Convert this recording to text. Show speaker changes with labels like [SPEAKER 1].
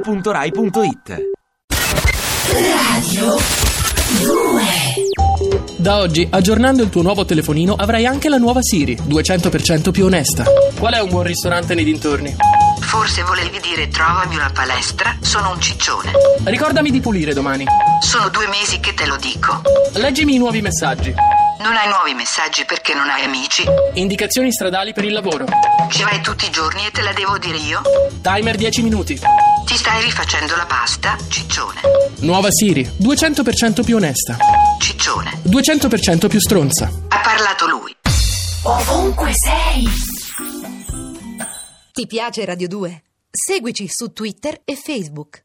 [SPEAKER 1] radio2pod.rai.it
[SPEAKER 2] Da oggi, aggiornando il tuo nuovo telefonino, avrai anche la nuova Siri, 200% più onesta. Qual è un buon ristorante nei dintorni?
[SPEAKER 3] Forse volevi dire trovami una palestra, sono un ciccione.
[SPEAKER 2] Ricordami di pulire domani.
[SPEAKER 3] Sono due mesi che te lo dico.
[SPEAKER 2] Leggimi i nuovi messaggi.
[SPEAKER 3] Non hai nuovi messaggi perché non hai amici.
[SPEAKER 2] Indicazioni stradali per il lavoro.
[SPEAKER 3] Ci vai tutti i giorni e te la devo dire io?
[SPEAKER 2] Timer 10 minuti.
[SPEAKER 3] Ti stai rifacendo la pasta, ciccione.
[SPEAKER 2] Nuova Siri, 200% più onesta.
[SPEAKER 3] Ciccione.
[SPEAKER 2] 200% più stronza.
[SPEAKER 3] Ha parlato lui.
[SPEAKER 4] Ti piace Radio 2? Seguici su Twitter e Facebook.